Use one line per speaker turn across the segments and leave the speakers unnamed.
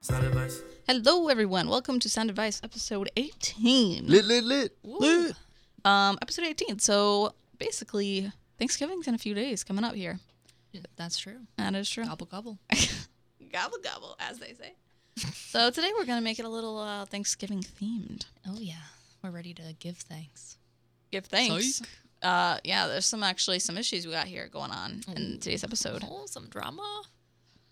Sound advice.
Hello, everyone. Welcome to Sound Advice, episode 18.
Lit, lit, lit.
Woo.
Lit.
Um, episode 18. So basically, Thanksgiving's in a few days coming up here.
That's true.
That is true.
Gobble gobble.
gobble, gobble as they say. so today we're going to make it a little uh, Thanksgiving themed.
Oh yeah, we're ready to give thanks.
Give thanks.
Psych.
Uh, yeah, there's some actually some issues we got here going on in today's episode.
Oh, some drama.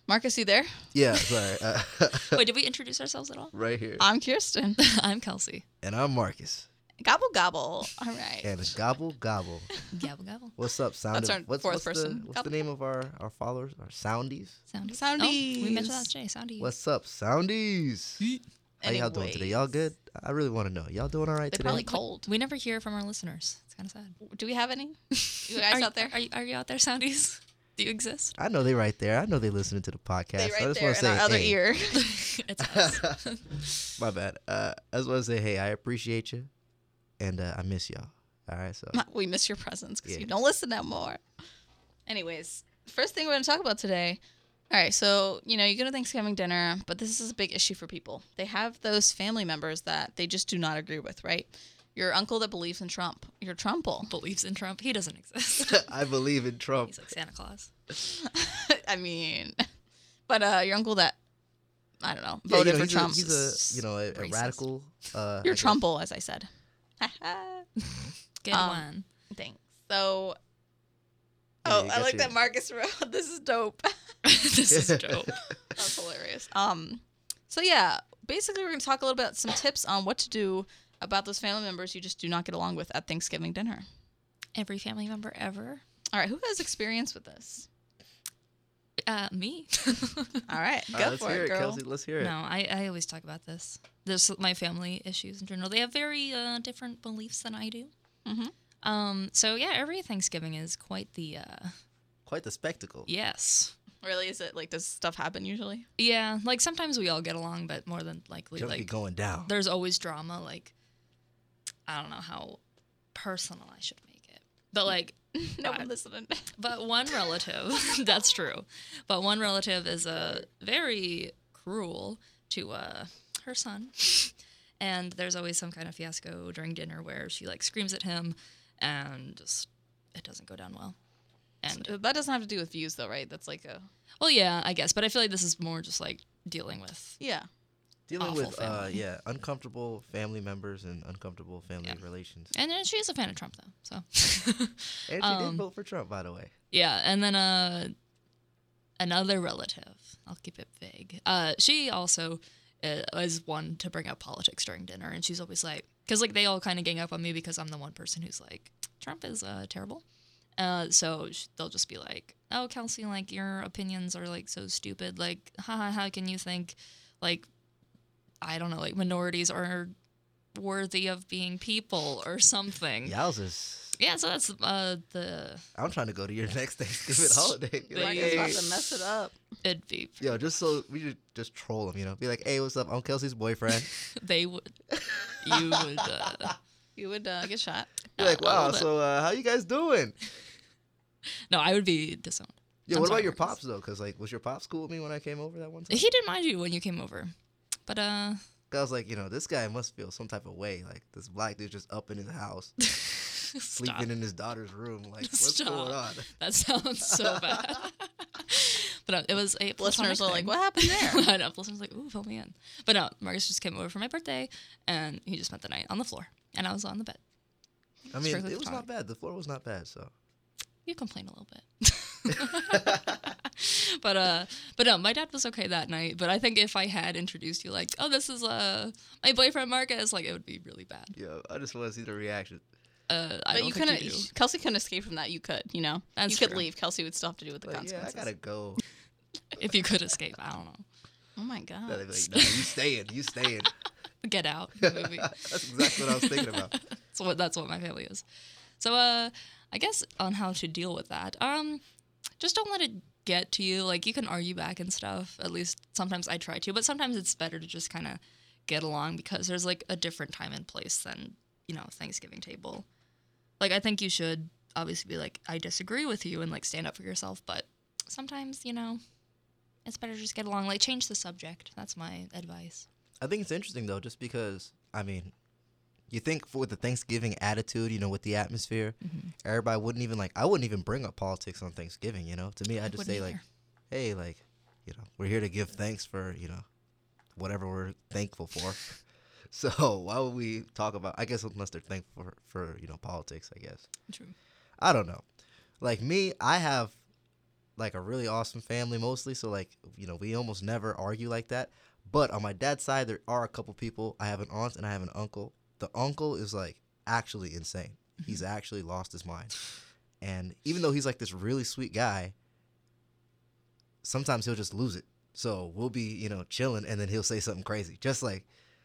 Marcus, you there?
Yeah, sorry. Uh,
Wait, did we introduce ourselves at all?
right here.
I'm Kirsten.
I'm Kelsey.
And I'm Marcus.
gobble, gobble. All right.
And it's gobble, gobble.
Gobble gobble.
What's up, Sound?
That's
of-
our
what's,
fourth
what's
person.
The, what's the name of our, our followers? Our Soundies?
Soundy.
Soundies.
Oh, we mentioned that today. Soundy.
What's up, Soundies? How y'all doing today? Y'all good? I really want to know. Y'all doing all right
They're
today?
probably cold.
We never hear from our listeners. It's kind of sad.
Do we have any? You guys
are,
out there?
Are you, are you out there, Soundies? Do you exist?
I know they right there. I know they listening to the podcast.
They
so I
right
just
there
want to
in
say,
our other
hey,
ear.
it's us.
my bad. Uh, I just want to say, hey, I appreciate you, and uh, I miss y'all. All right, so
We miss your presence because
Yeah.
you don't listen no more. Anyways, first thing we're going to talk about today. All right, so you know you go to Thanksgiving dinner, but this is a big issue for people. They have those family members that they just do not agree with, right? Your uncle that believes in Trump, your Trumple.
Believes in Trump. He doesn't exist.
I believe in Trump.
He's like Santa Claus.
I mean, but uh, your uncle that I don't know
Yeah, you
voted
know,
for
he's
Trump.
A, he's a you know a, a
Racist.
radical. Uh, I
your
guess-
Trumple, as I said.
Good
Um,
one.
Thanks. So,
Yeah,
oh,
you
I
got
like
your-
that Marcus wrote. This is dope.
this is dope.
That's hilarious. Um, so yeah, basically we're gonna talk a little bit about some tips on what to do about those family members you just do not get along with at Thanksgiving dinner.
Every family member ever.
All right, who has experience with this?
Uh, me.
All right,
All
go
right, Uh, let's
for
hear
it,
it,
girl.
Kelsey. Let's hear it.
No, I, I always talk about this. This my family issues in general. They have very uh, different beliefs than I do.
Mhm.
Um, so yeah, every Thanksgiving is quite the uh,
Quite the spectacle.
yes,
Really, is it like does stuff happen usually?
yeah. Like sometimes we all get along, but more than likely,
Trump be
like
going down.
there's always drama. Like I don't know how personal I should make it, but like
No
I-
one listening.
But one relative, that's true. But one relative is uh, very cruel to uh, her son. And there's always some kind of fiasco during dinner where she like screams at him and just it doesn't go down well. And
that doesn't have to do with views though, right? That's like a
well, yeah, I guess. But I feel like this is more just like dealing with
yeah.
Dealing
awful
with uh,
family.
yeah, uncomfortable family members and uncomfortable family
Yeah.
relations.
and then she is a fan of Trump though, so
And she
Um,
did vote for Trump, by the way.
Yeah, and then uh, another relative. I'll keep it vague. Uh, she also uh, is one to bring up politics during dinner, and she's always like, because like they all kind of gang up on me because I'm the one person who's like, Trump is uh, terrible. Uh, so sh- they'll just be like, "Oh, Kelsey, like your opinions are like so stupid. Like, haha, how can you think like I don't know, like minorities are worthy of being people or
Mm.
something?" Yeah,
Yowzers.
so that's uh, the
I'm trying to go to your next Thanksgiving holiday. Be like,
Marcus about
"Hey."
to mess it up.
it'd be
Yo, just so we should just troll him, you know. Be like, "Hey, what's up? I'm Kelsey's boyfriend."
they would you would uh,
You would uh, get shot.
You're like,
I love
"Wow,
it.
so uh, how you guys doing?"
no i would be disowned
Yeah,
I'm
what
sorry,
about your
Marcus.
pops though? Because like, was your pops cool with me when I came over that one time?
he didn't mind you when you came over but uh
'Cause I was like, you know, this guy must feel some type of way. Like this black dude just up in his house,
stop.
sleeping in his daughter's room. Like, what's
Stop.
going on?
that sounds so bad but uh, it was a platonic
Listeners are like,
thing.
what happened there?
I know. Listeners like, ooh, fill me in. But no, Marcus just came over for my birthday, and he just spent the night on the floor, and I was on the bed.
I mean,
Strictly
it was
platonic.
not bad. The floor was not bad. So
You complain a little bit, but uh, but no, my dad was okay that night. But I think if I had introduced you, like, oh, this is uh, my boyfriend Marcus, like, it would be really bad.
yeah, I just want to see the reaction.
Uh, I
but
don't
you
think
couldn't.
you do.
Kelsey couldn't escape from that. You could, you know.
That's
you could
true.
leave. Kelsey would still have to deal with the
Like, yeah, I
consequences.
gotta go.
if you could escape, I don't know.
Oh my
They'd
god.
be like, no, you staying, you staying.
Get out. the Movie.
That's exactly what I was thinking about.
that's what that's what my family is. So uh, I guess on how to deal with that. Um, just don't let it get to you. Like you can argue back and stuff. At least sometimes I try to, but sometimes it's better to just kind of get along because there's like a different time and place than you know Thanksgiving table. Like I think you should obviously be like I disagree with you and like stand up for yourself, but sometimes you know It's better to just get along. Like change the subject. That's my advice.
I think it's interesting though, just because I mean, you think for with the Thanksgiving attitude, you know, with the atmosphere,
Mm-hmm.
everybody wouldn't even like. I wouldn't even bring up politics on Thanksgiving. You know, to me, I just
wouldn't
say like,
either.
hey, like, you know, we're here to give thanks for you know, whatever we're thankful for. so why would we talk about? I guess unless they're thankful for, for you know politics. I guess.
True.
I don't know. Like me, I have like a really awesome family mostly, so like you know, we almost never argue like that. But on my dad's side, there are a couple people. I have an aunt and I have an uncle. The uncle is like actually insane. He's actually lost his mind. And even though he's like this really sweet guy, sometimes he'll just lose it. So we'll be, you know, chilling and then he'll say something crazy. Just like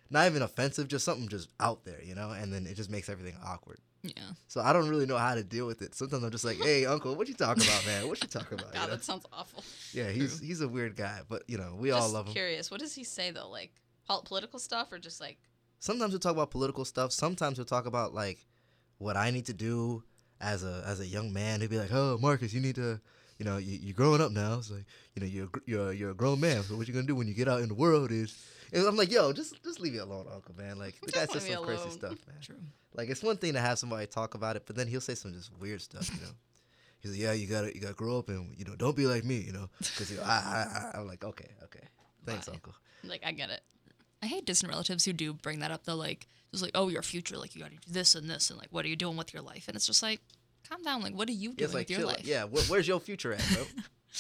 not even offensive, just something just out there, you know, and then it just makes everything awkward.
Yeah.
So I don't really know how to deal with it. Sometimes I'm just like, "Hey, uncle, what you talking about, man? What you talking about?" you
God,
know?
that sounds awful.
Yeah, he's he's a weird guy, but you know, we all
Just
love him.
curious. What does he say though? Like pol- political stuff or just like
Sometimes we talk about political stuff. Sometimes we talk about like what I need to do as a as a young man. He'd be like, "Oh, Marcus, you need to, you know, you, you're growing up now. So you know, you're a gr- you're a- you're a grown man. So what you gonna do when you get out in the world is." And I'm like, "Yo, just just leave it alone, uncle, man. Like the
Just
guy
let
says
me
some crazy
alone."
stuff, man.
True.
Like it's one thing to have somebody talk about it, but then he'll say some just weird stuff, you know. He's like, "Yeah, you gotta, you gotta grow up, and you know, don't be like me, you know." Because I, I, I, I'm like, "Okay, okay, thanks,
Right.
Uncle."
like I get it.
I hate distant relatives who do bring that up though, like just like, oh, your future, like you gotta do this and this and like what are you doing with your life? And it's just like, calm down, like what are you
Yeah,
doing
it's like,
with your
chill,
life?
yeah, where, where's your future at, bro?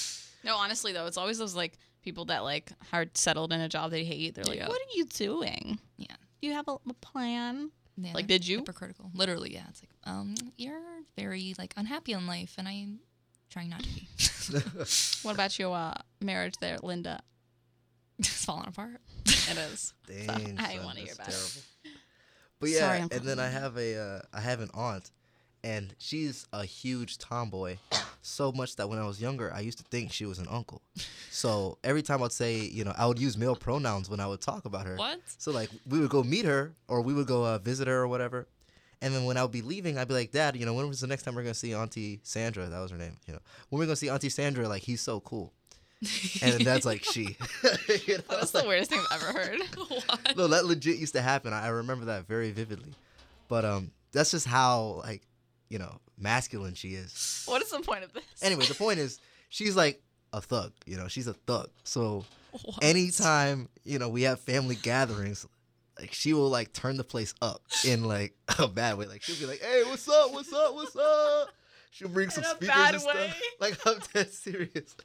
No, honestly though, it's always those like people that like are settled in a job they hate. They're like,
Yeah.
"What are you doing?
Yeah.
Do you have a, a plan?"
Yeah,
Like,
they're
did you?
hypocritical? Literally, yeah. It's like, um, you're very like unhappy in life, and I'm trying not to be.
What about your uh, marriage there, Linda?
it's falling apart.
It is.
Dang,
I
son,
wanna hear
that's
about it.
terrible. But yeah,
Sorry,
and
Uncle.
then I have a, uh, I have an aunt, and she's a huge tomboy, so much that when I was younger, I used to think she was an uncle. So every time I'd say, you know, I would use male pronouns when I would talk about her.
What?
So like we would go meet her or we would go uh, visit her or whatever. And then when I would be leaving, I'd be like, Dad, you know, when was the next time we're gonna see Auntie Sandra? That was her name, you know. When we're gonna see Auntie Sandra, like he's so cool. And then that's like she. you know?
That's the weirdest thing I've ever heard.
what?
No, that legit used to happen. I I remember that very vividly. But um that's just how like, you know, masculine she is.
What is the point of this?
Anyway, the point is she's like a thug, you know, she's a thug. So
What?
anytime you know we have family gatherings like she will like turn the place up in like a bad way like she'll be like hey what's up what's up what's up she'll bring some
a
speakers
bad
and stuff
way?
like i'm dead serious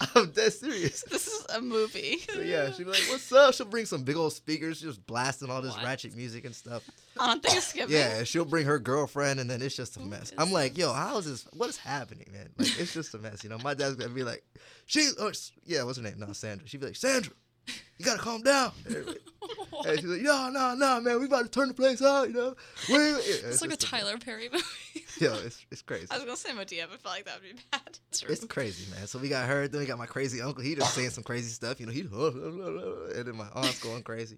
i'm dead serious
This is a movie.
so yeah she'll be like what's up she'll bring some big old speakers just blasting all this
What?
ratchet music and stuff
On Thanksgiving.
yeah and she'll bring her girlfriend and then it's just a mess i'm
is
like yo how is this what is happening man like it's just a mess you know my dad's gonna be like she oh s- yeah what's her name no sandra she'd be like sandra you gotta calm down
What?
And she's like, no, no, no, man, we about to turn the place out, you know. We, yeah,
It's like a
just
Tyler Perry movie.
Yeah, it's, it's crazy.
I was gonna say Madea, but I felt like that would be bad.
It's crazy, man. So we got her, then we got my crazy uncle. He just saying some crazy stuff, you know. He and then my aunt's going crazy,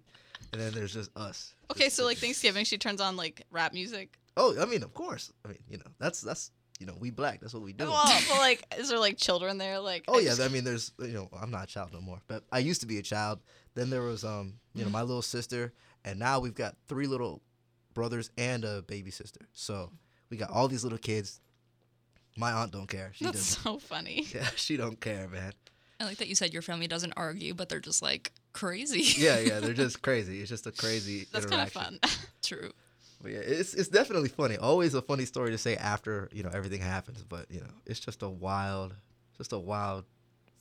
and then there's just us.
Okay,
Just-
so like Thanksgiving, she turns on like rap music.
oh, I mean, of course, I mean, you know, that's that's you know, we black, that's what we do.
Well, but like, is there like children there? Like,
Oh
I
yeah,
just-
I mean, there's you know, I'm not a child no more, but I used to be a child. Then there was um, you know, my little sister, and now we've got three little brothers and a baby sister. So we got all these little kids. My aunt don't care. She
that's
doesn't.
so funny.
Yeah, she don't care, man.
I like that you said your family doesn't argue, but they're just like crazy.
Yeah, yeah, they're just crazy. It's just a crazy
That's kind of
interaction.
fun.
True.
But yeah, it's it's definitely funny. Always a funny story to say after you know everything happens, but you know, it's just a wild, just a wild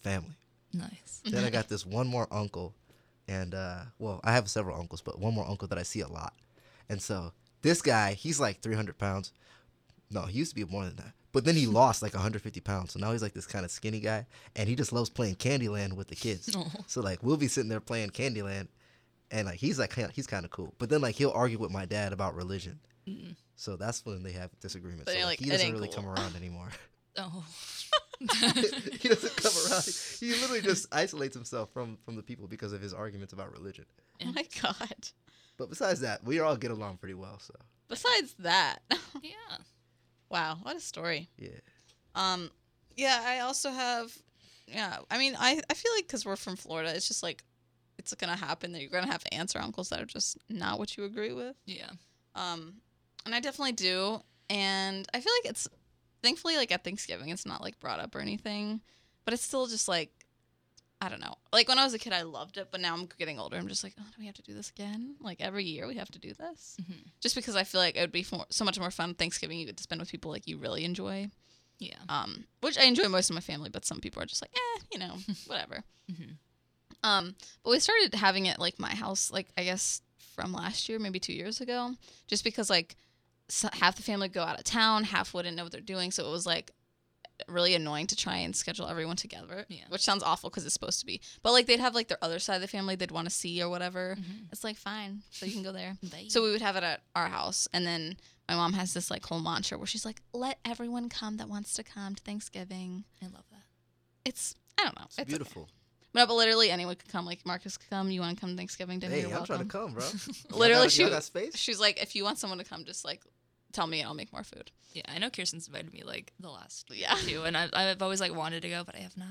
family.
Nice.
then I got this one more uncle, and uh, well, I have several uncles, but one more uncle that I see a lot. And so this guy, he's like 300 pounds. No, he used to be more than that, but then he lost like 150 pounds. So now he's like this kind of skinny guy, and he just loves playing Candyland with the kids.
Aw.
So like we'll be sitting there playing Candyland, and like he's like kinda- he's kind of cool, but then like he'll argue with my dad about religion. So that's when they have disagreements.
Then
So,
you're
like,
like,
he
"It
doesn't
ain't
really
cool."
come around anymore
Oh.
he doesn't come around. He literally just isolates himself from from the people because of his arguments about religion.
oh my god.
But besides that, we all get along pretty well. So
Besides that,
yeah.
wow, what a story.
yeah,
Um, yeah, I also have yeah. I mean, I, I feel like because we're from Florida, it's just like it's gonna happen that you're gonna have to answer uncles that are just not what you agree with.
Yeah.
Um, and I definitely do. And I feel like it's thankfully like at Thanksgiving, it's not like brought up or anything, but it's still just like I don't know. Like when I was a kid, I loved it, but now I'm getting older. I'm just like, oh, do we have to do this again? Like every year, we have to do this,
Mhm.
just because I feel like it would be for, so much more fun Thanksgiving you get to spend with people like you really enjoy.
Yeah.
Um, which I enjoy most of my family, but some people are just like, eh, you know, whatever.
Mhm.
Um, but we started having it like my house, like I guess from last year, maybe two years ago, just because like so- half the family go out of town, half wouldn't know what they're doing, so it was like really annoying to try and schedule everyone together.
Yeah.
which sounds awful because it's supposed to be, but like they'd have like their other side of the family they'd want to see or whatever.
Mhm.
It's like fine, so you can go there.
Bye.
So we would have it at our house, and then my mom has this like whole mantra where she's like, "Let everyone come that wants to come to Thanksgiving."
I love that.
It's I don't know.
It's,
okay.
beautiful.
No, but literally anyone could come. Like Marcus could come. You want to come Thanksgiving dinner?
Hey,
You're
I'm
welcome.
trying to come, bro. Y'all
Literally,
got, y'all
she-
got space.
She's like, if you want someone to come, just like tell me, and I'll make more food.
Yeah, I know Kirsten's invited me like the last
Yeah,
two, and I've, I've always like wanted to go, but I have not.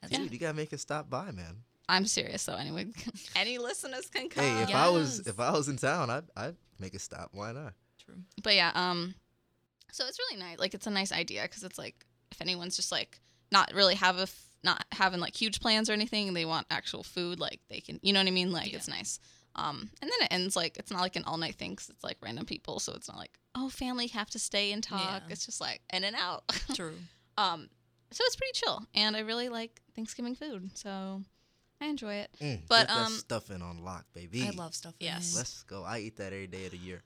That's
Dude, you gotta make it stop by, man.
I'm serious though. Anyone, any listeners can come.
Hey, if I was
Yes.
if I was in town, I'd I'd make a stop. Why not?
true.
But yeah, um, so it's really nice. Like it's a nice idea because it's like if anyone's just like not really have a f- not having like huge plans or anything, and they want actual food, like they can, you know what I mean? Like
Yeah.
it's nice. Um, and then it ends like it's not like an all night thing 'cause it's like random people, so it's not like oh family have to stay and talk.
Yeah.
It's just like in and out.
True.
Um, so it's pretty chill, and I really like Thanksgiving food, so I enjoy it.
Mm,
But,
get that
um,
stuffing on lock, baby.
I love stuff.
Yes.
Let's go. I eat that every day of the year.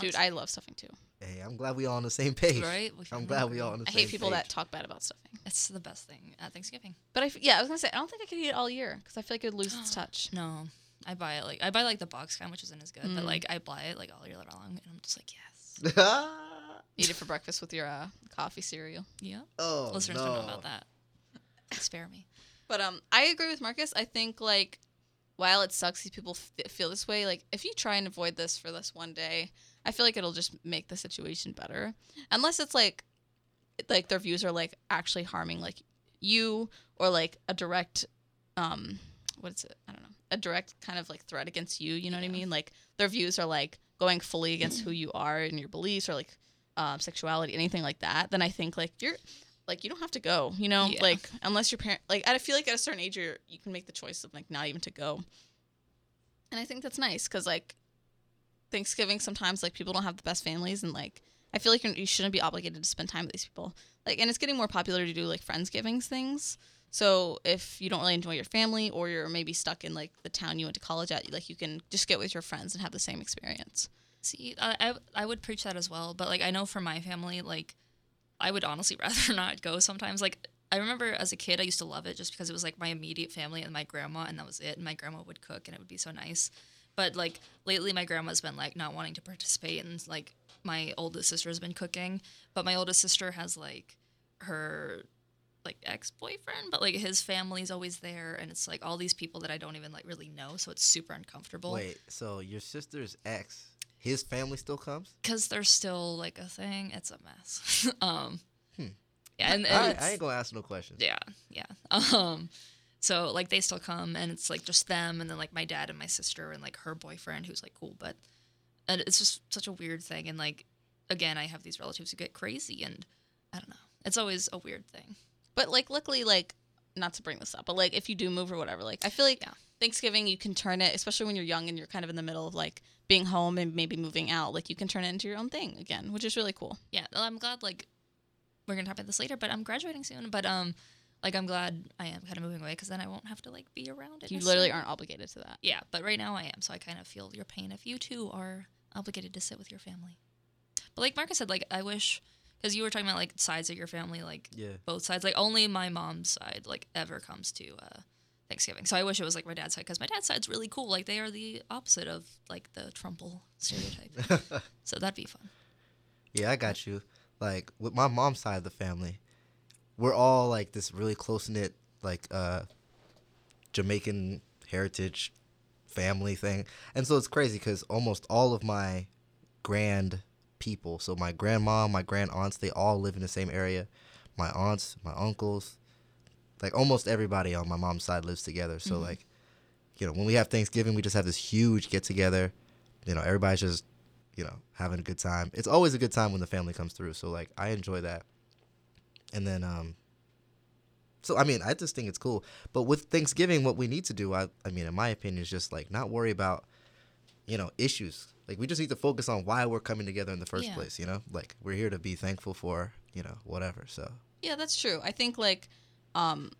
Dude, I love stuffing too.
Hey, I'm glad we all on the same page.
right. We
I'm
finally
glad
agree.
we all on the
I
same
hate people
page.
that talk bad about stuffing.
It's the best thing at Thanksgiving.
But I f- yeah, I was gonna say I don't think I could eat it all year because I feel like it would lose its touch.
No, I buy it like I buy like the box kind, which isn't as good, but
Mm.
like I buy it like all year long, and I'm just like yes.
Eat it for breakfast with your uh, coffee cereal.
Yeah.
oh
Listeners
no.
don't know about that. Spare me.
But um, I agree with Marcus. I think like while it sucks, these people f- feel this way. Like if you try and avoid this for this one day, I feel like it'll just make the situation better. Unless it's like like their views are like actually harming like you or like a direct um what is it? I don't know. A direct kind of like threat against you. You know what I
Yeah.
mean? Like their views are like going fully against who you are and your beliefs or like um, sexuality, anything like that. Then I think like you're like you don't have to go. You know,
Yeah.
like unless your parent like I feel like at a certain age you're, you can make the choice of like not even to go. And I think that's nice because like Thanksgiving sometimes like people don't have the best families and like I feel like you're, you shouldn't be obligated to spend time with these people. Like, and it's getting more popular to do like friendsgivings things. So if you don't really enjoy your family or you're maybe stuck in like the town you went to college at, like you can just get with your friends and have the same experience.
See, I, I I would preach that as well, but like I know for my family, like I would honestly rather not go sometimes. Like I remember as a kid, I used to love it just because it was like my immediate family and my grandma, and that was it. And my grandma would cook, and it would be so nice. But like lately, my grandma's been like not wanting to participate, and like my oldest sister has been cooking, but my oldest sister has like her like ex-boyfriend but like his family's always there and it's like all these people that i don't even like really know so it's super uncomfortable
Wait, so your sister's ex, his family still comes?
because they're still like a thing. It's a mess. um,
Hmm.
yeah, and, and
I,
it's-
I ain't gonna ask no questions.
yeah, yeah. Um, so like they still come, and it's like just them, and then like my dad and my sister and like her boyfriend, who's like cool, but and it's just such a weird thing. And like again, I have these relatives who get crazy, and I don't know. It's always a weird thing.
But like, luckily, like, not to bring this up, but like, if you do move or whatever, like, I feel like
Yeah.
Thanksgiving, you can turn it, especially when you're young and you're kind of in the middle of like being home and maybe moving out, like, you can turn it into your own thing again, which is really cool.
Yeah, well, I'm glad like we're gonna talk about this later, but I'm graduating soon, but um. Like I'm glad I am kind of moving away because then I won't have to like be around it.
You literally
necessarily.
aren't obligated to that.
Yeah, but right now I am, so I kind of feel your pain if you too are obligated to sit with your family. But like Marcus said, like I wish because you were talking about like sides of your family, like
Yeah.
both sides. Like only my mom's side like ever comes to uh, Thanksgiving, so I wish it was like my dad's side because my dad's side's really cool. Like they are the opposite of like the Trumple stereotype, so that'd be fun.
yeah, I got you. Like with my mom's side of the family, we're all like this really close knit, like uh Jamaican heritage family thing. And so it's crazy because almost all of my grand people, so my grandma, my grand aunts, they all live in the same area. My aunts, my uncles, like almost everybody on my mom's side lives together. So
Mhm.
like, you know, when we have Thanksgiving, we just have this huge get together. You know, everybody's just, you know, having a good time. It's always a good time when the family comes through. So like, I enjoy that. And then, um, so I mean, I just think it's cool. But with Thanksgiving, what we need to do, I, I mean, in my opinion, is just like not worry about, you know, issues. Like we just need to focus on why we're coming together in the first
Yeah.
place. You know, like we're here to be thankful for, you know, whatever. So
Yeah, that's true. I think like um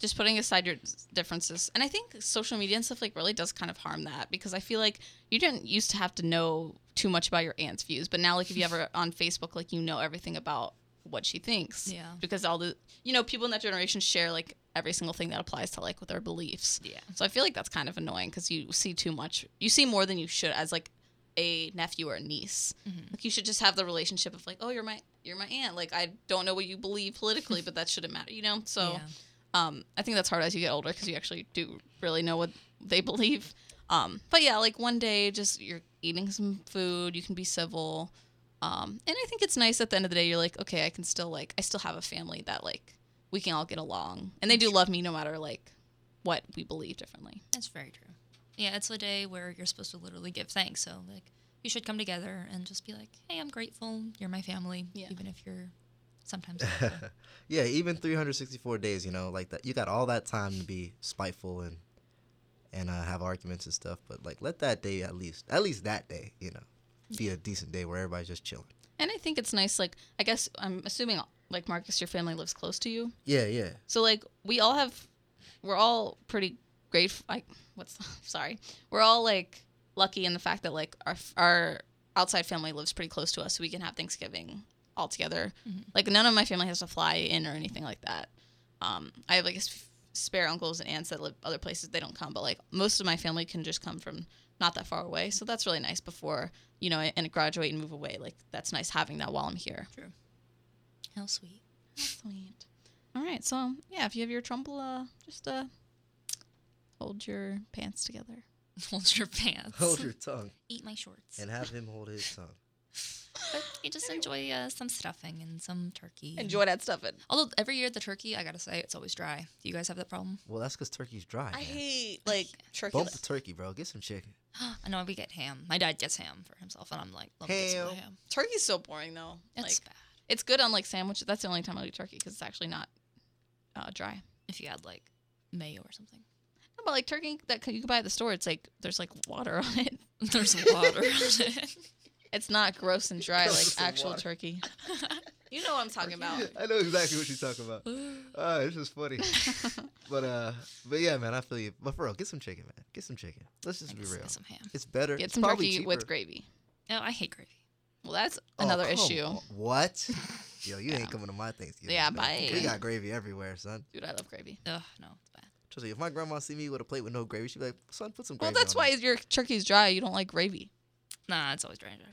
just putting aside your differences. And I think social media and stuff like really does kind of harm that because I feel like you didn't used to have to know too much about your aunt's views, but now like if you ever on Facebook like you know everything about what she thinks.
Yeah.
Because all the you know, people in that generation share like every single thing that applies to like with their beliefs.
Yeah.
So I feel like that's kind of annoying because you see too much. You see more than you should as like a nephew or a niece.
Mhm.
Like you should just have the relationship of like, oh, you're my you're my aunt. Like I don't know what you believe politically, but that shouldn't matter, you know. So
Yeah.
um, I think that's hard as you get older because you actually do really know what they believe. Um, but yeah, like one day, just you're eating some food, you can be civil, um, and I think it's nice at the end of the day. You're like, okay, I can still like, I still have a family that like we can all get along, and they do love me no matter like what we believe differently.
That's very true. Yeah, it's a day where you're supposed to literally give thanks. So like you should come together and just be like, "Hey, I'm grateful. You're my family,
Yeah.
even if you're sometimes." not."
yeah, even 364 days, you know, like that. You got all that time to be spiteful and and uh, have arguments and stuff, but like let that day at least, at least that day, you know, be a decent day where everybody's just chilling.
And I think it's nice. Like, I guess I'm assuming like Marcus, your family lives close to you.
Yeah, yeah.
So like we all have, we're all pretty grateful. Like what's sorry, we're all like lucky in the fact that like our our outside family lives pretty close to us, so we can have Thanksgiving all together.
Mhm.
Like none of my family has to fly in or anything like that. Um, I have like s- spare uncles and aunts that live other places. They don't come, but like most of my family can just come from not that far away. So that's really nice. Before you know, and graduate and move away, like that's nice having that while I'm here.
How sweet.
Sweet. All right. So yeah, if you have your trumble, uh, just uh, hold your pants together.
Hold your pants.
Hold your tongue
Eat my shorts.
and have him hold his tongue.
but you just enjoy uh, some stuffing and some turkey. and-
Enjoy that stuffing.
Although every year the turkey, I gotta say, it's always dry. Do you guys have that problem?
Well, that's because turkey's dry.
I
man.
hate like turkey.
Bump
leg-
the turkey, bro. Get some chicken.
I know we get ham. My dad gets ham for himself, and I'm like, let me get some of the
Ham.
ham.
Turkey's so boring though.
It's
like
bad.
it's good on like sandwiches. That's the only time I'll eat turkey because it's actually not uh, dry.
If you add like mayo or something,
No, but like turkey that c- you can buy at the store, it's like there's like water on it.
there's water. on it.
It's not gross and dry like
Gross and
actual
water.
turkey. You know what I'm talking about.
I know exactly what you're talking about. Uh, this is funny. but uh, but yeah, man, I feel you. But for real, get some chicken, man. Get some chicken. Let's
I
just be
guess
real.
get some ham.
It's better.
Get
it's
some
probably
turkey with
cheaper.
gravy.
Oh, I hate gravy.
Well, that's
Oh,
another
come
issue.
on. What? Yo, you
Yeah.
ain't coming to my Thanksgiving.
Yeah,
no.
bye.
We got gravy everywhere, son.
Dude, I love gravy.
Ugh, no, it's bad.
Trust me, if my grandma see me with a plate with no gravy, she'd be like, son, put some
Well,
gravy
that's
on
why
it."
your turkey's dry. You don't like gravy.
Nah, it's always dry in general.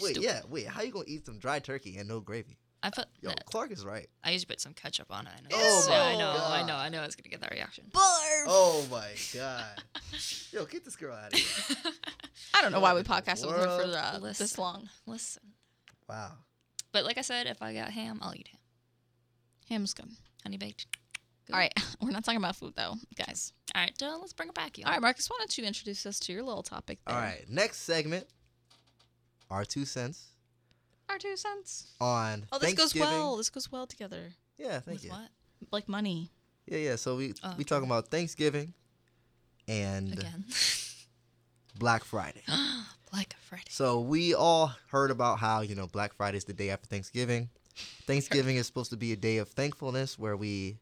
Wait,
stupid.
yeah, wait. How you going to eat some dry turkey and no gravy?
I put.
Yo, Clark is right.
I usually put some ketchup on it. I know.
Oh
Yeah, I
my
know. I
God.
know. I know. It's gonna get that reaction.
Barf.
Oh, my God. Yo, get this girl out of here.
I don't know why we
What in the
podcasted with her for
world?
uh, this
Listen.
long.
Listen,
Wow.
but like I said, if I got ham, I'll eat ham.
Ham's good.
Honey baked. Good.
All right, we're not talking about food though, guys.
All right, Dylan, let's bring it back. Y'all.
All right, Marcus, why don't you introduce us to your little topic? There?
All right, next segment. Our two cents
our two cents.
on
Oh, this goes
Thanksgiving.
well. This goes well together,
Yeah, thank
With
you.
what?
like money.
Yeah, yeah. So we
Oh,
we talking about Thanksgiving and
Again.
Black Friday.
Black Friday.
So we all heard about how you know Black Friday is the day after Thanksgiving. Thanksgiving is supposed to be a day of thankfulness where we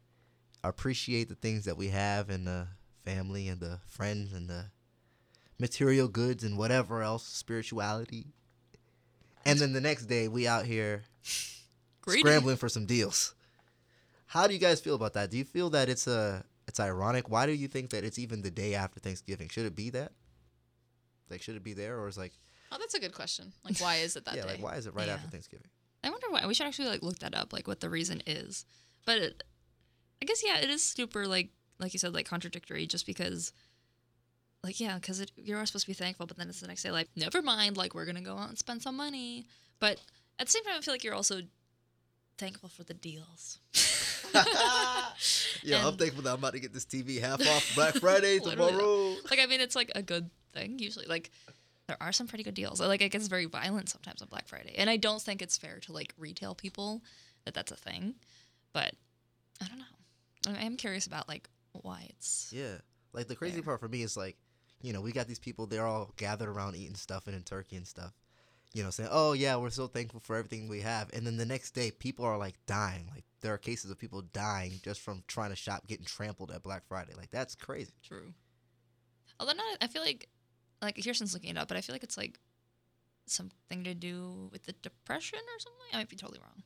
appreciate the things that we have and the family and the friends and the material goods and whatever else spirituality. And then the next day we out here
Greedy.
scrambling for some deals. How do you guys feel about that? Do you feel that it's a it's ironic? Why do you think that it's even the day after Thanksgiving? Should it be that? Like should it be there or is like
Oh, that's a good question. Like, why is it that
yeah,
day?
like why is it right
Yeah.
after Thanksgiving?
I wonder why. We should actually like look that up, like what the reason is. But it, I guess yeah, it is super like like you said, like contradictory, just because. Like yeah, because you're all supposed to be thankful, but then it's the next day. Like never mind, like we're gonna go out and spend some money. But at the same time, I feel like you're also thankful for the deals.
Yo, I'm
And-
thankful that I'm about to get this TV half off Black Friday
Literally.
tomorrow.
like I mean, it's like a good thing usually. Like there are some pretty good deals. Like it gets very violent sometimes on Black Friday, and I don't think it's fair to like retail people that that's a thing. But I don't know. I I am curious about like why it's
Yeah. Like the crazy
Fair.
part for me is like, you know, we got these people, they're all gathered around eating stuff and in turkey and stuff. You know, saying, Oh yeah, we're so thankful for everything we have and then the next day people are like dying. Like there are cases of people dying just from trying to shop getting trampled at Black Friday. Like that's crazy.
true. Although not, I feel like like Kirsten's looking it up, but I feel like it's like something to do with the depression or something. I might be totally wrong.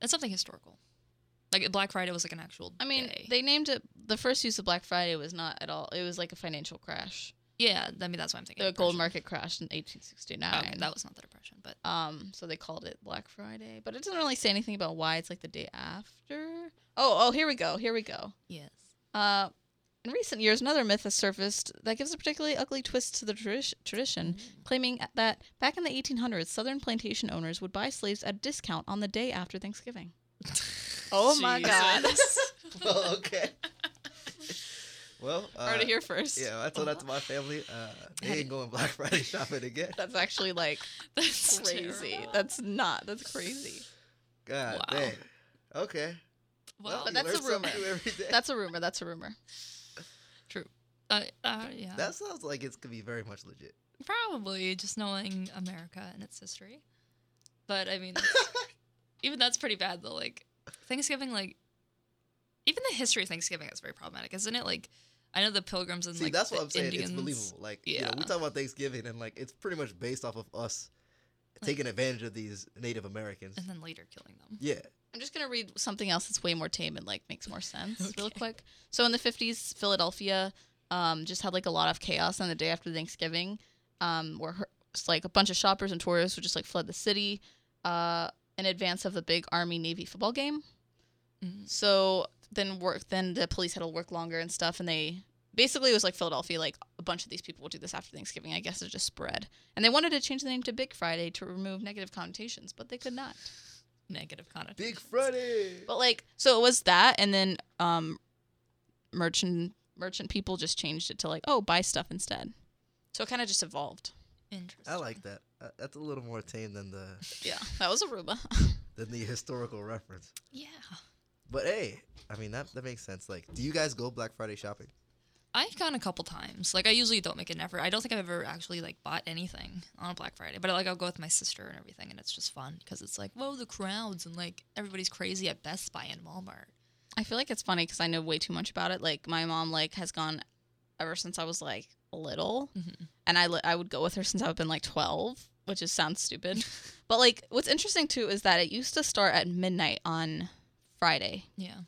It's something historical. Like Black Friday was like an actual.
I mean,
day.
they named it the first use of Black Friday was not at all. It was like a financial crash,
yeah. I mean, that's what I'm thinking.
the gold
depression.
market crashed in 1869.
Okay, that was not the depression, but
Um, so they called it Black Friday, but it doesn't really say anything about why it's like the day after. Oh, oh, here we go. Here we go.
yes.
Uh, in recent years, another myth has surfaced that gives a particularly ugly twist to the tradi- tradition, claiming that back in the 1800s, Southern plantation owners would buy slaves at a discount on the day after Thanksgiving. Oh my God.
well, okay. well uh,
Heard it here first.
Yeah, I told that to my family. Uh,
How
they
do-
ain't going Black Friday shopping again.
That's actually like
That's
crazy.
terrible.
That's not. That's crazy.
God
Wow.
dang. Okay.
well,
you
But that's
learn
a rumor.
something new every day.
That's a rumor. That's a rumor.
true. Uh, uh, yeah,
that sounds like it's gonna be very much legit.
probably just knowing America and its history. But I mean, that's- even that's pretty bad though. Like Thanksgiving, like even the history of Thanksgiving is very problematic, isn't it? Like I know the Pilgrims and
See,
like
that's
the
what I'm saying.
Indians.
It's believable. Like, you know, we
Yeah.
talk about Thanksgiving and like it's pretty much based off of us taking advantage of these Native Americans.
Mm-hmm.
and then later killing them.
Yeah.
I'm just gonna read something else that's way more tame and like makes more sense real
Okay.
quick. So in the 50s, Philadelphia um, just had like a lot of chaos on the day after Thanksgiving, um, where her, it's, like a bunch of shoppers and tourists would just like flood the city uh, in advance of the big Army Navy football game.
Mhm.
So then work then the police had to work longer and stuff, and they basically it was like Philadelphia, like a bunch of these people will do this after Thanksgiving. I guess it just spread, and they wanted to change the name to Big Friday to remove negative connotations, but they could not.
Negative connotation.
Big Friday.
But like, so it was that, and then um, merchant merchant people just changed it to like, oh, buy stuff instead. So it kind of just evolved.
Interesting.
I like that. Uh, that's a little more tame than the
Yeah, that was Aruba.
than the historical reference.
Yeah.
But hey, I mean that that makes sense. Like, do you guys go Black Friday shopping?
I've gone a couple times. Like I usually don't make an effort. I don't think I've ever actually like bought anything on a Black Friday, but like I'll go with my sister and everything, and it's just fun because it's like whoa the crowds and like everybody's crazy at Best Buy and Walmart.
I feel like it's funny because I know way too much about it. Like my mom, like has gone ever since I was like little,
Mhm.
and I li- I would go with her since I've been like twelve, which is sounds stupid, but like what's interesting too is that it used to start at midnight on Friday,
Yeah,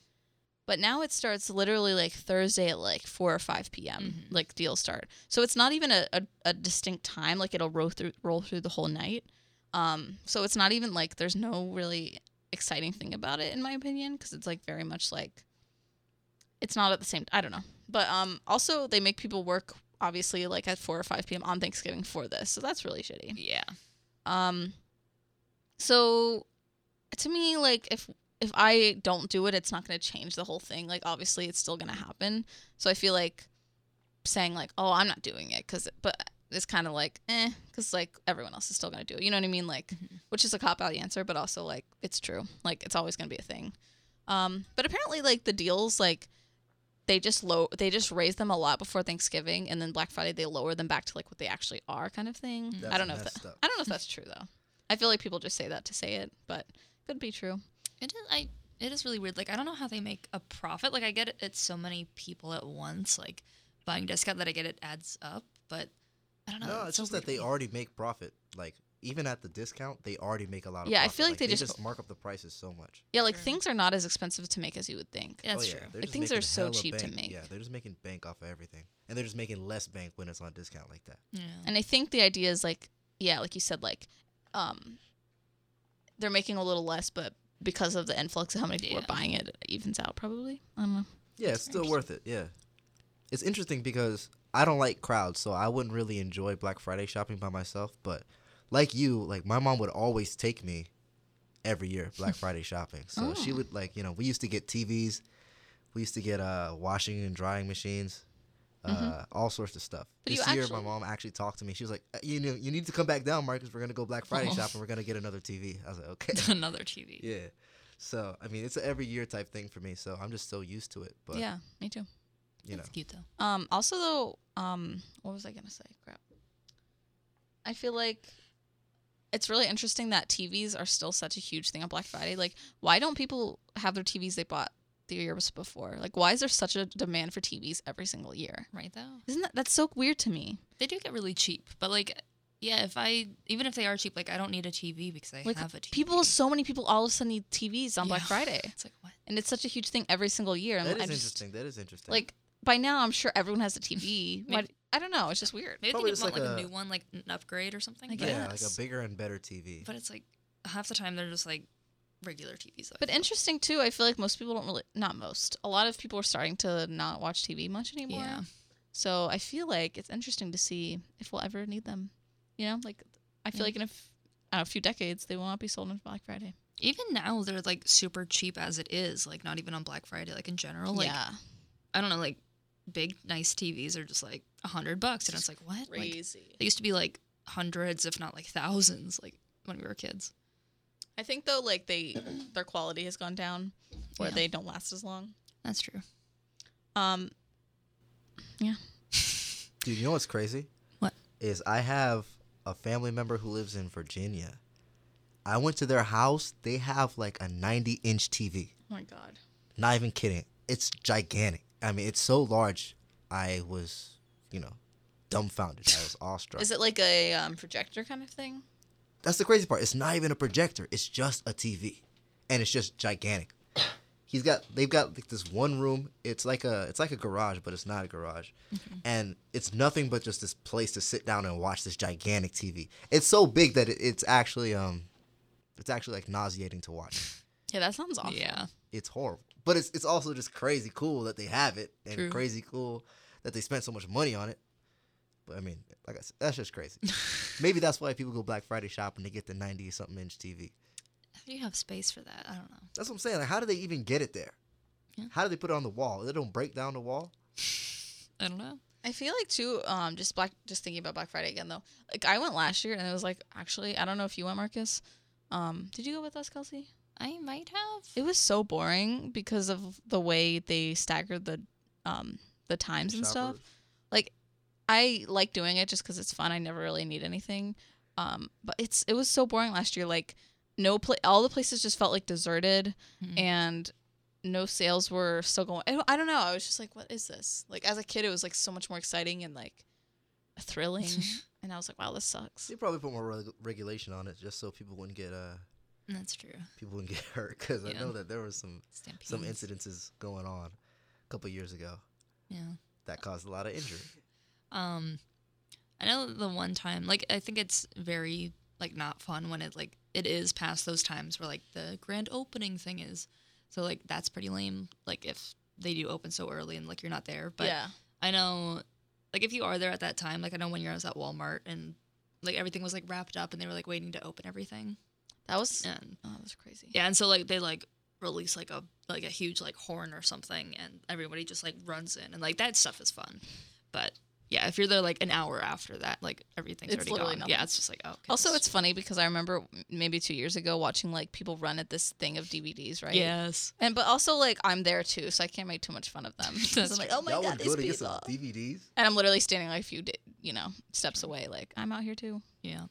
but now it starts literally like Thursday at like four or five p.m.
Mhm.
Like deals start, so it's not even a, a, a distinct time. Like it'll roll through roll through the whole night. Um, so it's not even like there's no really exciting thing about it in my opinion because it's like very much like it's not at the same. I don't know, but um, also they make people work obviously like at four or five p.m. on Thanksgiving for this, so that's really shitty.
yeah.
Um so to me like if if I don't do it it's not going to change the whole thing. Like obviously it's still going to happen. So I feel like saying like oh I'm not doing it cuz but it's kind of like eh cuz like everyone else is still going to do it. You know what I mean like
Mhm.
which is a cop out answer but also like it's true. Like it's always going to be a thing. Um but apparently like the deals like they just low they just raise them a lot before Thanksgiving and then Black Friday they lower them back to like what they actually are kind of thing.
Mm.
I don't know if that,
messed up.
I don't know if that's true though. I feel like people just say that to say it, but could be true.
It is. I. It is really weird. Like I don't know how they make a profit. Like I get it, it's so many people at once like buying discount that I get it adds up, but I don't know.
No, it's
so
just that they
weird.
already make profit. Like even at the discount, they already make a lot of
Yeah, I
profit.
feel like they just-
mark up the prices so much.
Yeah, like
Sure.
things are not as expensive to make as you would think.
Yeah,
Oh,
That's
yeah,
true.
they're
Like,
just
things are
making
so
hella
cheap to
bank.
make.
Yeah, they're just making bank off of everything. And they're just making less bank when it's on discount like that.
Yeah.
And I think the idea is like, yeah, like you said, like, um, they're making a little less, but because of the influx of how many people
Yeah.
are buying it, it evens out probably. I don't know.
Yeah, it's still worth it. Yeah. It's interesting because I don't like crowds, so I wouldn't really enjoy Black Friday shopping by myself. But like you, like my mom would always take me every year Black Friday shopping. So
Oh.
she would like, you know, we used to get TVs, we used to get uh, washing and drying machines, uh, all sorts of stuff.
Mm-hmm. But
this
you
year, my
actually-
mom actually talked to me. She was like, "Uh, "You know, you need to come back down, Marcus. We're gonna go Black Friday
Oh.
shopping. We're gonna get another TV." I was like, "Okay."
Another TV.
yeah. So I mean, it's an every year type thing for me. So I'm just so used to it. But
yeah, me too.
you know,
That's cute though.
Um, also though, um, what was I gonna say? Crap. I feel like it's really interesting that TVs are still such a huge thing on Black Friday. Like, why don't people have their TVs they bought the year before? Like, why is there such a demand for TVs every single year?
Right though.
Isn't that that's so weird to me?
They do get really cheap, but like, yeah, if I even if they are cheap, like I don't need a TV because I
Like,
have a TV.
People, so many people, all of a sudden need TVs on Black
Yeah.
Friday,
It's like what?
and it's such a huge thing every single year.
that
I'm-
is
I just-
interesting. That is interesting.
Like by now, I'm sure everyone has a TV. Why-
Maybe.
I don't know. It's just weird.
Maybe
Probably
they
just
just want
like
like a,
a-
new one, like an upgrade or something.
I
yeah, like a
guess.
bigger and better TV.
But it's like half the time they're just like regular TVs. that I
But
feel.
interesting too. I feel like most people don't really not most. A lot of people are starting to not watch TV much anymore.
yeah,
So I feel like it's interesting to see if we'll ever need them. You know, like I feel
Yeah.
like in a, f- I don't know, a few decades they will not be sold on Black Friday.
even now they're like super cheap as it is. Like not even on Black Friday. Like in general, like
yeah,
I don't know, like big nice TVs are just like a hundred bucks, and it's like what? Like,
crazy.
They used to be like hundreds, if not like thousands, like when we were kids.
I think though, like they their quality has gone down, where
Yeah.
they don't last as long.
That's true.
Um,
Dude, you know what's crazy?
What?
Is I have a family member who lives in Virginia. I went to their house. They have like a 90 inch TV.
oh my God.
Not even kidding. It's gigantic. I mean, it's so large. I was, you know, dumbfounded. I was awestruck.
Is it like a um, projector kind of thing?
That's the crazy part. It's not even a projector. It's just a TV, and it's just gigantic. He's got they've got like this one room. It's like a it's like a garage, but it's not a garage, and it's nothing but just this place to sit down and watch this gigantic TV. It's so big that it, it's actually um, it's actually like nauseating to watch.
Yeah, that sounds awful.
Yeah,
It's horrible, but it's it's also just crazy cool that they have it, and
True.
crazy cool that they spent so much money on it. But I mean, like I said, that's just crazy. Maybe that's why people go Black Friday shopping to get the ninety something inch TV.
how do you have space for that? I don't know.
That's what I'm saying. Like, how do they even get it there?
Yeah.
How do they put it on the wall? They don't break down the wall.
I don't know.
I feel like too, um, just black, just thinking about Black Friday again though. Like I went last year, and it was like actually, I don't know if you went, Marcus. Um, did you go with us, Kelsey?
I might have.
It was so boring because of the way they staggered the, um, the times and stuff.
Shoppers.
I like doing it just because it's fun. I never really need anything. Um, but it's it was so boring last year. Like no pla- all the places just felt like deserted,
Mhm.
and no sales were still going. I don't, I don't know. I was just like, what is this? Like as a kid, it was like so much more exciting and like thrilling, and I was like, wow, this sucks.
They probably put more reg- regulation on it just so people wouldn't get uh
That's true.
people wouldn't get hurt because I
Yeah.
know that there was some
Stampede.
some incidences going on a couple years ago
Yeah.
that caused a lot of injury.
Um, I know the one time, like I think it's very like not fun when it like it is past those times where like the grand opening thing is. So like that's pretty lame. Like if they do open so early and like you're not there, but
yeah,
I know, like if you are there at that time, like I know when year I was at Walmart and like everything was like wrapped up and they were like waiting to open everything.
that was
And
oh, that was crazy.
yeah, and so like they like release like a like a huge like horn or something and everybody just like runs in and like that stuff is fun. But yeah, if you're there like an hour after that, like everything's
It's
already
literally
gone.
nothing.
Yeah, it's just like oh. okay,
Also,
this-
it's funny because I remember maybe two years ago watching like people run at this thing of DVDs, right?
yes.
And but also like I'm there too, so I can't make too much fun of them. 'Cause
That's
I'm like,
true.
oh my
Y'all would
god,
go
these
to get some
people.
DVDs.
And I'm literally standing like a few, di- you know, steps away. Like I'm out here too.
Yeah,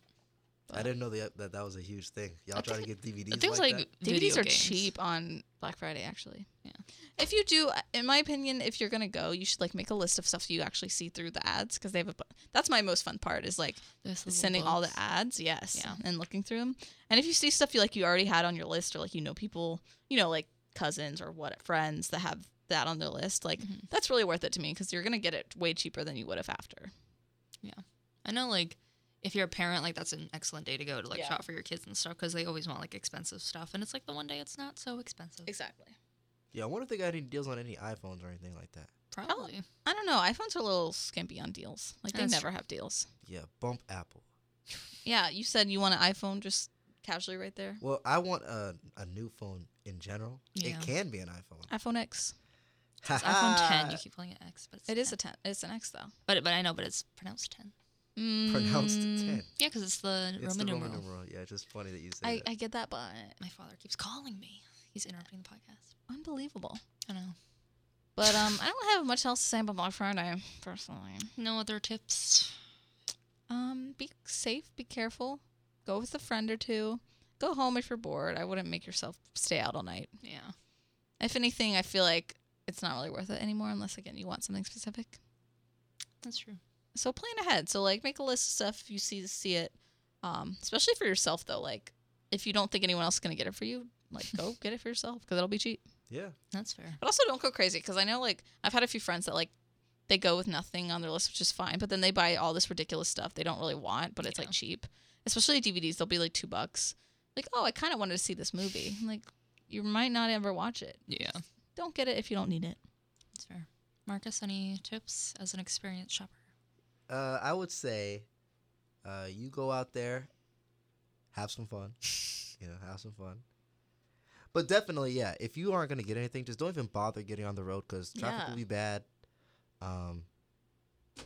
I didn't know that, that that was a huge thing. Y'all try to get DVDs.
things like,
that?
video
DVDs are
games.
cheap on Black Friday, actually.
Yeah.
If you do, in my opinion, if you're gonna go, you should like make a list of stuff you actually see through the ads because they have a. bu- That's my most fun part is like
There's little
sending all the
bugs.
ads, yes,
Yeah.
and looking through them. And if you see stuff you like, you already had on your list, or like you know people, you know, like cousins or what friends that have that on their list, like
Mhm.
that's really worth it to me because you're gonna get it way cheaper than you would have after.
I know, like, if you're a parent, like, that's an excellent day to go to, like,
Yeah.
shop for your kids and stuff because they always want, like, expensive stuff. And it's like the one day it's not so expensive.
Exactly.
Yeah, I wonder if they got any deals on any iPhones or anything like that.
Probably.
I don't know. iPhones are a little skimpy on deals. Like they
That's
never
true.
have deals.
Yeah, bump Apple.
Yeah, you said you want an iPhone. Just casually right there.
Well, I want a, a new phone in general.
Yeah.
It can be an iPhone.
iPhone X.
It's iPhone 10. You keep calling it X, but it's
It is a
10.
ten. It's an X though.
But but I know, but it's pronounced 10.
Pronounced
Mm,
10.
Yeah, because it's the
It's
Roman
the
numeral.
Roman numeral. Yeah, it's just funny that you say
I,
that.
I get that, but
My father keeps calling me. He's interrupting the podcast.
unbelievable.
I know.
But um, I don't have much else to say about Black Friday personally.
No other tips.
Um, be safe, be careful, go with a friend or two, go home if you're bored. I wouldn't make yourself stay out all night.
Yeah.
If anything, I feel like it's not really worth it anymore unless again you want something specific.
That's true.
so plan ahead. So like make a list of stuff if you see see it. Um, especially for yourself though. Like if you don't think anyone else is gonna get it for you, like go get it for yourself because it'll be cheap.
yeah.
That's fair.
But also don't go crazy because I know like I've had a few friends that like they go with nothing on their list, which is fine. But then they buy all this ridiculous stuff they don't really want, but it's
Yeah.
like cheap. Especially DVDs, they'll be like two bucks. Like oh, I kind of wanted to see this movie. I'm like you might not ever watch it.
Yeah.
Don't get it if you don't need it.
That's fair. Marcus, any tips as an experienced shopper?
Uh, I would say uh, you go out there, have some fun. you know, have some fun. But definitely, yeah, if you aren't going to get anything, just don't even bother getting on the road because traffic
Yeah.
will be bad. Um,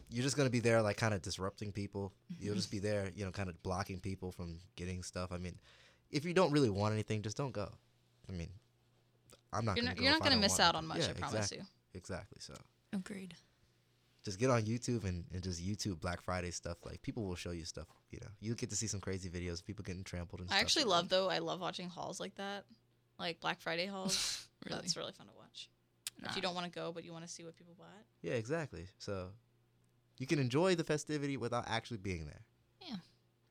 you're just going to be there, like, kind of disrupting people. You'll just be there, you know, kind of blocking people from getting stuff. I mean, if you don't really want anything, just don't go. I mean, I'm not
You're
going
not
to
you're not gonna miss out on much. I promise you.
Exactly. So
Agreed.
just get on YouTube and, and just YouTube Black Friday stuff. Like people will show you stuff. You know, you get to see some crazy videos. People getting trampled and stuff.
I actually
like
love
that.
though. I love watching hauls like that, like Black Friday hauls.
Really?
That's really fun to watch. If
Nah.
you don't want to go, but you want to see what people bought.
Yeah, exactly. So you can enjoy the festivity without actually being there.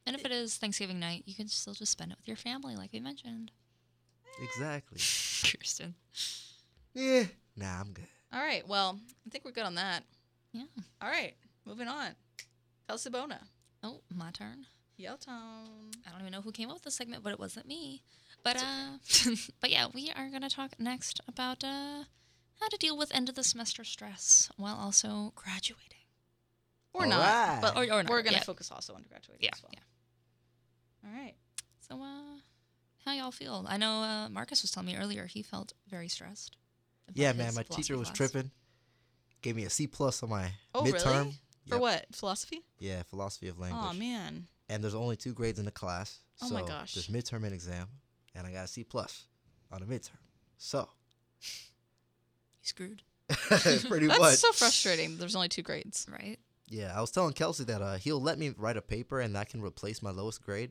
And if it is Thanksgiving night, you can still just spend it with your family, like we mentioned.
Exactly.
Kirsten.
Yeah. Nah, I'm good.
All right. Well, I think we're good on that.
Yeah.
All right. Moving on. Calcebona.
Oh, my turn.
Yelltown.
I don't even know who came up with this segment, but it wasn't me. But uh, but yeah, we are gonna talk next about uh, how to deal with end of the semester stress while also graduating.
Or
All
not.
right.
But
Or- or not,
we're going to
yeah.
focus also on graduating
Yeah,
as well. All right.
So uh, how y'all feel? I know uh, Marcus was telling me earlier he felt very stressed. about
Yeah,
his
man. My
philosophy
teacher was
class.
tripping. Gave me a C plus on my
Oh, really?
midterm.
For
Yep.
what? Philosophy?
Yeah, philosophy of language.
Oh, man.
And there's only two grades in the class.
Oh
so
my gosh.
There's midterm and exam, and I got a C plus on the midterm. So
You screwed,
pretty
That's
much.
so frustrating. There's only two grades.
right?
Yeah, I was telling Kelsey that uh, he'll let me write a paper and I can replace my lowest grade.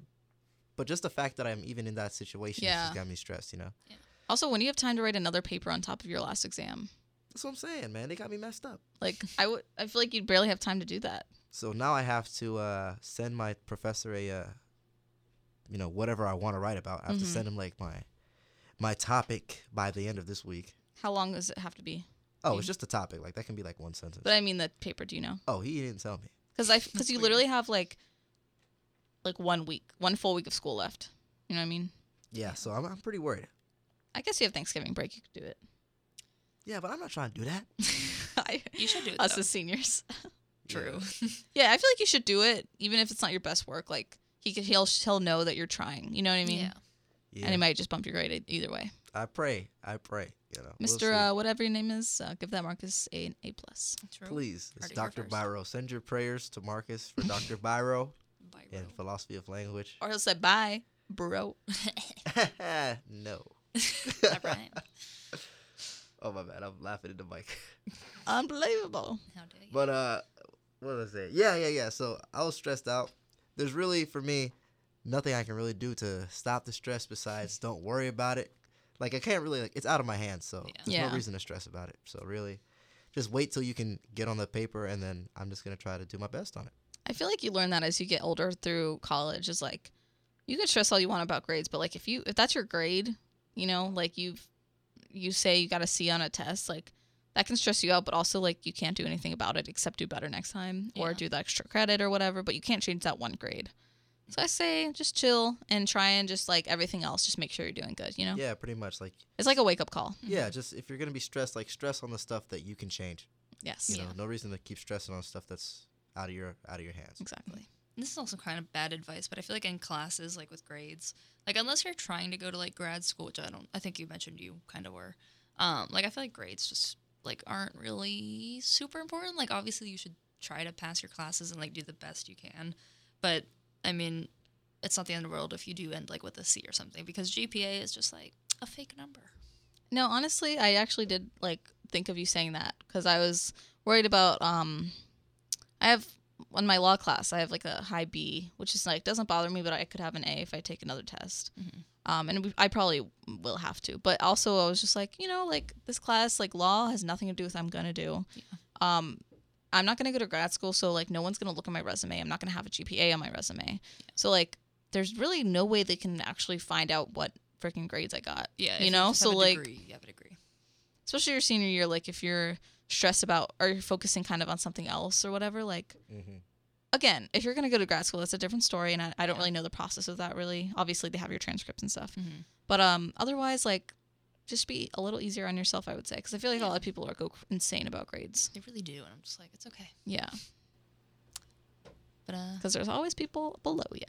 But just the fact that I'm even in that situation has
Yeah.
just got me stressed, you know?
Also, when do you have time to write another paper on top of your last exam?
That's what I'm saying, man. They got me messed up.
Like, I would, I feel like you'd barely have time to do that.
So now I have to uh, send my professor a, uh, you know, whatever I want to write about. I have to
Mhm.
send him, like, my my topic by the end of this week.
How long does it have to be?
Oh, it's just a topic. Like, that can be, like, one sentence.
But I mean, the paper. Do you know?
oh, he didn't tell me.
Because I because
That's
you
weird.
literally have like like one week, one full week of school left. You know what I mean?
Yeah, so I'm, I'm pretty worried.
I guess you have Thanksgiving break. You could do it.
Yeah, but I'm not trying to do that.
I,
You should do it.
us
though.
as seniors.
True.
Yeah, I feel like you should do it, even if it's not your best work. Like he could, he'll he'll know that you're trying. You know what I mean?
yeah.
Yeah,
And it might just bump your grade e- either way.
I pray. I pray, you know. We'll
Mister,
see.
uh, whatever your name is, uh, give that Marcus a an A plus.
True.
Please, it's
Heard it here
Dr.
first.
Byro. Send your prayers to Marcus for Dr. Byro
Bye,
and
bro.
Philosophy of Language.
Or he'll say bye, bro.
no.
That rhymed.
Oh my bad, I'm laughing at the mic.
Unbelievable.
How dare you?
But uh what was it? Yeah, yeah, yeah. So I was stressed out. There's really for me nothing I can really do to stop the stress besides don't worry about it. Like I can't really like it's out of my hands, so
Yeah.
there's
Yeah.
no reason to stress about it. So really just wait till you can get on the paper and then I'm just gonna try to do my best on it.
I feel like you learn that as you get older through college is like you can stress all you want about grades, but like if you if that's your grade, you know, like you've you say you got a C on a test, like that can stress you out, but also like you can't do anything about it except do better next time or
Yeah.
do the extra credit or whatever, but you can't change that one grade. So I say just chill and try and just like everything else, just make sure you're doing good, you know?
Yeah, pretty much. Like
It's like a wake up call.
yeah, just if you're gonna be stressed, like stress on the stuff that you can change.
Yes.
you know
Yeah.
no reason to keep stressing on stuff that's out of your out of your hands
Exactly.
this is also kind of bad advice, but I feel like in classes, like with grades, like unless you're trying to go to like grad school, which I don't, I think you mentioned you kind of were. Um, like I feel like grades just like aren't really super important. Like obviously you should try to pass your classes and like do the best you can, but I mean, it's not the end of the world if you do end like with a C or something because GPA is just like a fake number.
No, honestly, I actually did like think of you saying that because I was worried about. Um, I have on my law class, I have like a high B, which is like doesn't bother me, but I could have an A if I take another test.
Mhm.
Um, and we, I probably will have to. But also, I was just like, you know, like this class, like law has nothing to do with what I'm gonna do. Um, I'm not gonna go to grad school, so like no one's gonna look at my resume. I'm not gonna have a GPA on my resume. So like, there's really no way they can actually find out what freaking grades I got
Yeah,
You
if
know,
just
so,
have a
like-
degree, you have a degree.
especially your senior year, like if you're stressed about or you're focusing kind of on something else or whatever, like
Mm-hmm.
again, if you're gonna go to grad school, that's a different story, and I, I don't
Yeah.
really know the process of that really. Obviously, they have your transcripts and stuff,
Mhm.
but um, otherwise, like just be a little easier on yourself, I would say, because I feel like
Yeah.
a lot of people are go insane about grades.
They really do, and I'm just like, it's okay.
Yeah,
But uh,
because there's always people below you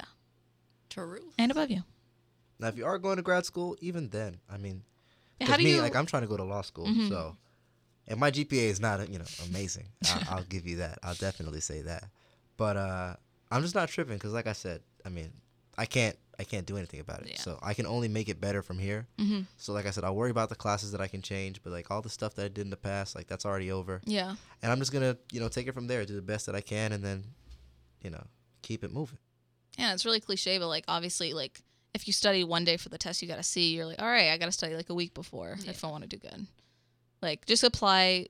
true.
and above you.
Now, if you are going to grad school, even then, I mean,
How
'cause
do
me,
you?
like, I'm trying to go to law school,
Mhm.
so, and my GPA is not, you know, amazing. I, I'll give you that. I'll definitely say that. But uh, I'm just not tripping because, like I said, I mean, I can't, I can't do anything about it.
Yeah.
So I can only make it better from here.
Mhm.
So, like I said, I'll worry about the classes that I can change, but like all the stuff that I did in the past, like that's already over,
Yeah,
and I'm just gonna, you know, take it from there, do the best that I can, and then, you know, keep it moving.
yeah, it's really cliche, but like obviously, like if you study one day for the test you got to see, you're like, all right, I got to study like a week before
Yeah.
if I want to do good. Like just apply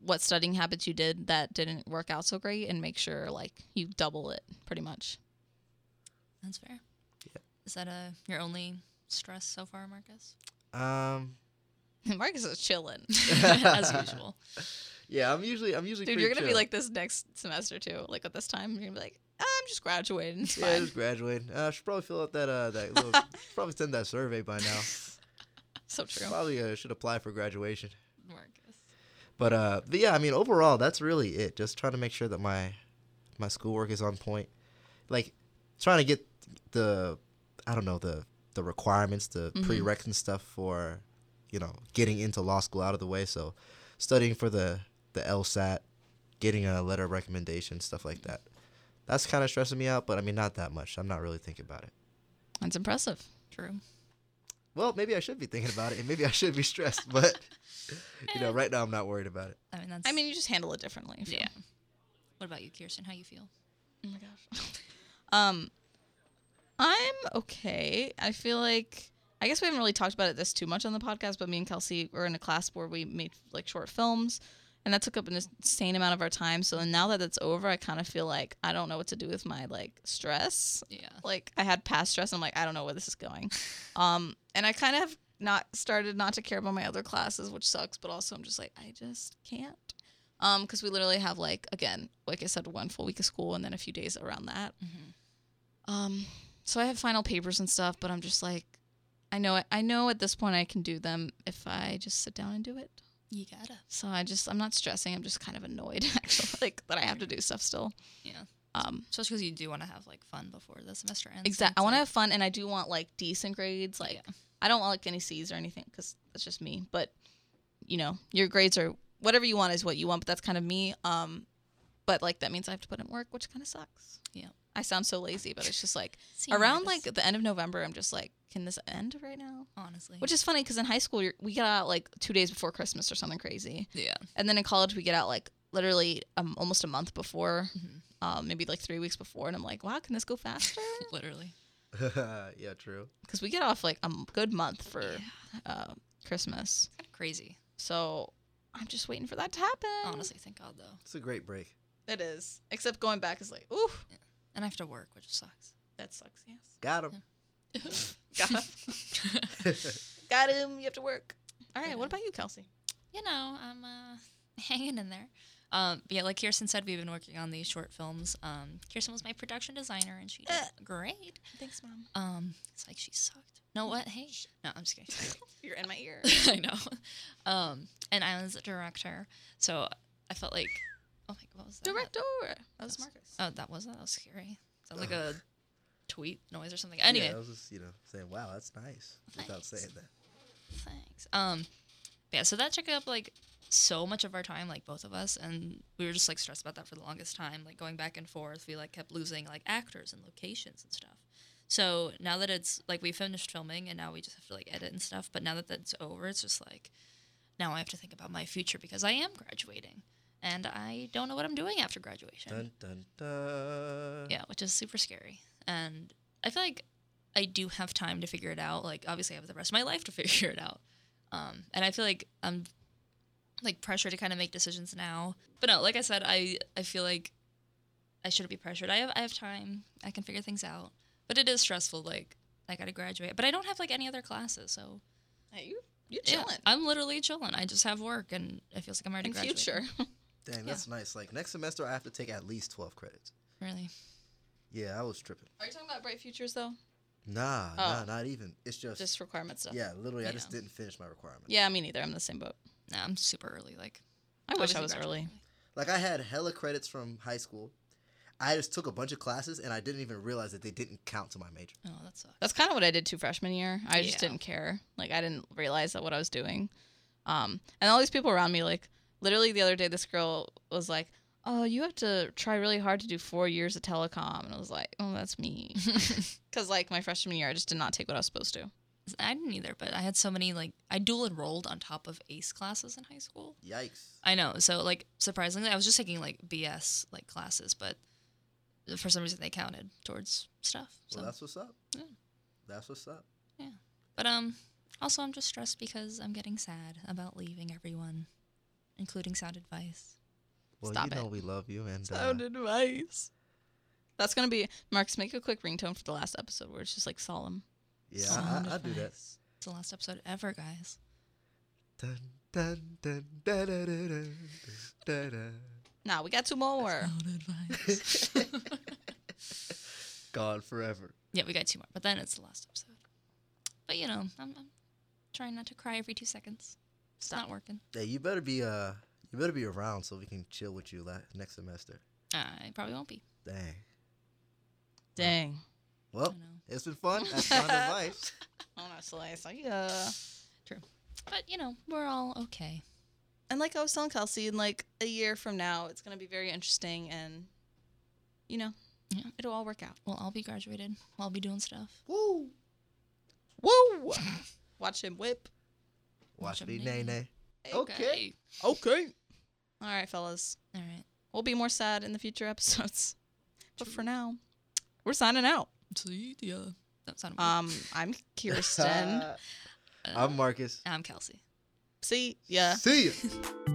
what studying habits you did that didn't work out so great and make sure like you double it pretty much.
That's fair.
Yeah.
Is that uh your only stress so far, Marcus?
Um,
Marcus is chilling.
As usual.
yeah, I'm usually, I'm usually,
Dude,
pretty
you're going to be
chill.
like this next semester too. Like at this time, you're going to be like, "Ah, I'm just graduating. It's
Yeah, I
fine.
just graduated. Uh, I should probably fill out that uh, that little, should probably send that survey by now.
So true.
Probably uh, should apply for graduation.
Marcus.
But uh, but yeah, I mean, overall, that's really it. Just trying to make sure that my my schoolwork is on point. Like trying to get the I don't know the the requirements, the
Mhm.
prereqs and stuff for you know getting into law school out of the way. So studying for the the LSAT, getting a letter of recommendation, stuff like that. That's kind of stressing me out, but I mean, not that much. I'm not really thinking about it.
That's impressive.
True.
Well, maybe I should be thinking about it, and maybe I should be stressed, but you know, right now I'm not worried about it.
I mean that's
I mean, you just handle it differently. I feel.
Yeah. What about you, Kirsten? How you feel?
Oh my gosh. um, I'm okay. I feel like I guess we haven't really talked about it this too much on the podcast, but me and Kelsey were in a class where we made like short films, and that took up an insane amount of our time. So now that it's over, I kind of feel like I don't know what to do with my like stress.
Yeah.
Like I had past stress. I'm like I don't know where this is going. um, and I kind of have not started not to care about my other classes, which sucks. But also I'm just like I just can't. Um, because we literally have like again, like I said, one full week of school and then a few days around that.
Mhm.
Um, so I have final papers and stuff, but I'm just like, I know, I know at this point I can do them if I just sit down and do it.
You gotta.
So I just, I'm not stressing. I'm just kind of annoyed actually, like that I have to do stuff still.
Yeah.
Um,
Especially because you do want to have like fun before the semester ends.
exact. I want to have fun, and I do want like decent grades. Like
Yeah.
I don't want like any C's or anything because that's just me. But you know, your grades are whatever you want is what you want. But that's kind of me. Um, but like that means I have to put in work, which kind of sucks.
Yeah.
I sound so lazy, but it's just like
to
around like the end of November, I'm just like, can this end right now?
honestly.
Which is funny because in high school you're, we got out like two days before Christmas or something crazy,
yeah.
and then in college we get out like literally um, almost a month before,
Mhm.
um, maybe like three weeks before, and I'm like, wow, can this go faster?
Literally.
yeah, true.
Because we get off like a m- good month for
Yeah.
uh, Christmas,
Kind of crazy.
so I'm just waiting for that to happen.
Honestly, thank God though.
It's a great break.
it is. Except going back is like, ooh,
And I have to work, which sucks.
that sucks. Yes,
Got him.
got, got him. You have to work. All right.
Yeah.
What about you, Kelsey?
you know, I'm uh, hanging in there. Um, but yeah, like Kirsten said, we've been working on these short films. Um, Kirsten was my production designer, and she did
Eh.
great.
Thanks, mom.
Um, it's like she sucked. No, what? Hey, no, I'm just kidding.
You're in my ear.
I know. Um, and I was a director, so I felt like, oh my, what was that?
Director. That was
Yes.
Marcus.
Oh, that was that was scary. Sounds like a tweet noise or something.
Yeah,
Anyway,
I was just, you know, saying, wow, that's nice without
Thanks.
saying that.
Thanks. Um, but yeah. So that took up like so much of our time, like both of us, and we were just like stressed about that for the longest time, like going back and forth. We like kept losing like actors and locations and stuff. So now that it's like we finished filming and now we just have to like edit and stuff. But now that that's over, it's just like now I have to think about my future because I am graduating and I don't know what I'm doing after graduation.
Dun dun dun.
Yeah, which is super scary. And I feel like I do have time to figure it out. Like obviously I have the rest of my life to figure it out. Um, and I feel like I'm like pressured to kind of make decisions now. But no, like I said, I I feel like I shouldn't be pressured. I have I have time. I can figure things out. But it is stressful like I got to graduate, but I don't have like any other classes, so
Hey, you you
yeah,
chilling
I'm literally chilling. I just have work, and it feels like I'm already
in
graduating.
future.
Dang, that's nice. Like next semester, I have to take at least twelve credits.
really.
Yeah, I was tripping.
Are you talking about bright futures though?
Nah,
Oh.
nah, not even. It's just,
Just requirement stuff.
yeah, literally, I
Yeah.
just didn't finish my requirement.
Yeah, me neither. I'm in the same boat.
No, I'm super early. Like
I wish I
obviously
was early.
graduating.
Like I had hella credits from high school. I just took a bunch of classes and I didn't even realize that they didn't count to my major.
Oh, that sucks.
That's kind of what I did too freshman year. I just
Yeah.
didn't care. Like I didn't realize that what I was doing. Um, and all these people around me, like literally the other day, this girl was like, "Oh, you have to try really hard to do four years of telecom," and I was like, "Oh, that's me," because like my freshman year, I just did not take what I was supposed to.
I didn't either, but I had so many like I dual enrolled on top of ACE classes in high school.
Yikes.
I know, so like surprisingly, I was just taking like BS like classes, but for some reason they counted towards stuff. So,
Well, that's what's up.
Yeah.
That's what's up.
but um, also I'm just stressed because I'm getting sad about leaving everyone, including sound advice.
Well,
Stop
you know
it.
we love you and uh,
Sound advice. That's gonna be Mark's. Make a quick ringtone for the last episode where it's just like solemn.
yeah,
Sound
I, I, I do that.
advice. It's the last episode ever, guys.
Dun, dun, dun, da, da, da, da, da, da.
Nah, we got two more.
Sound advice.
Gone forever.
yeah, we got two more, but then it's the last episode. But you know, I'm, I'm trying not to cry every two seconds. It's not working.
Hey, you better be uh, you better be around so we can chill with you la- next semester.
I probably won't be.
Dang.
Dang.
Well,
I know.
it's been fun. That's sound advice.
Honestly, so yeah.
But you know, we're all okay.
and like I was telling Kelsey, in like a year from now, it's gonna be very interesting, and you know,
Yeah.
it'll all work out.
We'll all be graduated. We'll all be doing stuff.
Woo.
Woo! Watch him whip.
Watch
Watch
me,
me.
nay, nay.
Okay.
Okay.
All right, fellas,
All right.
we'll be more sad in the future episodes, but for now, we're signing out.
See ya. That sounded weird.
Um, I'm Kirsten.
I'm Marcus.
I'm Kelsey.
See, yeah.
See ya.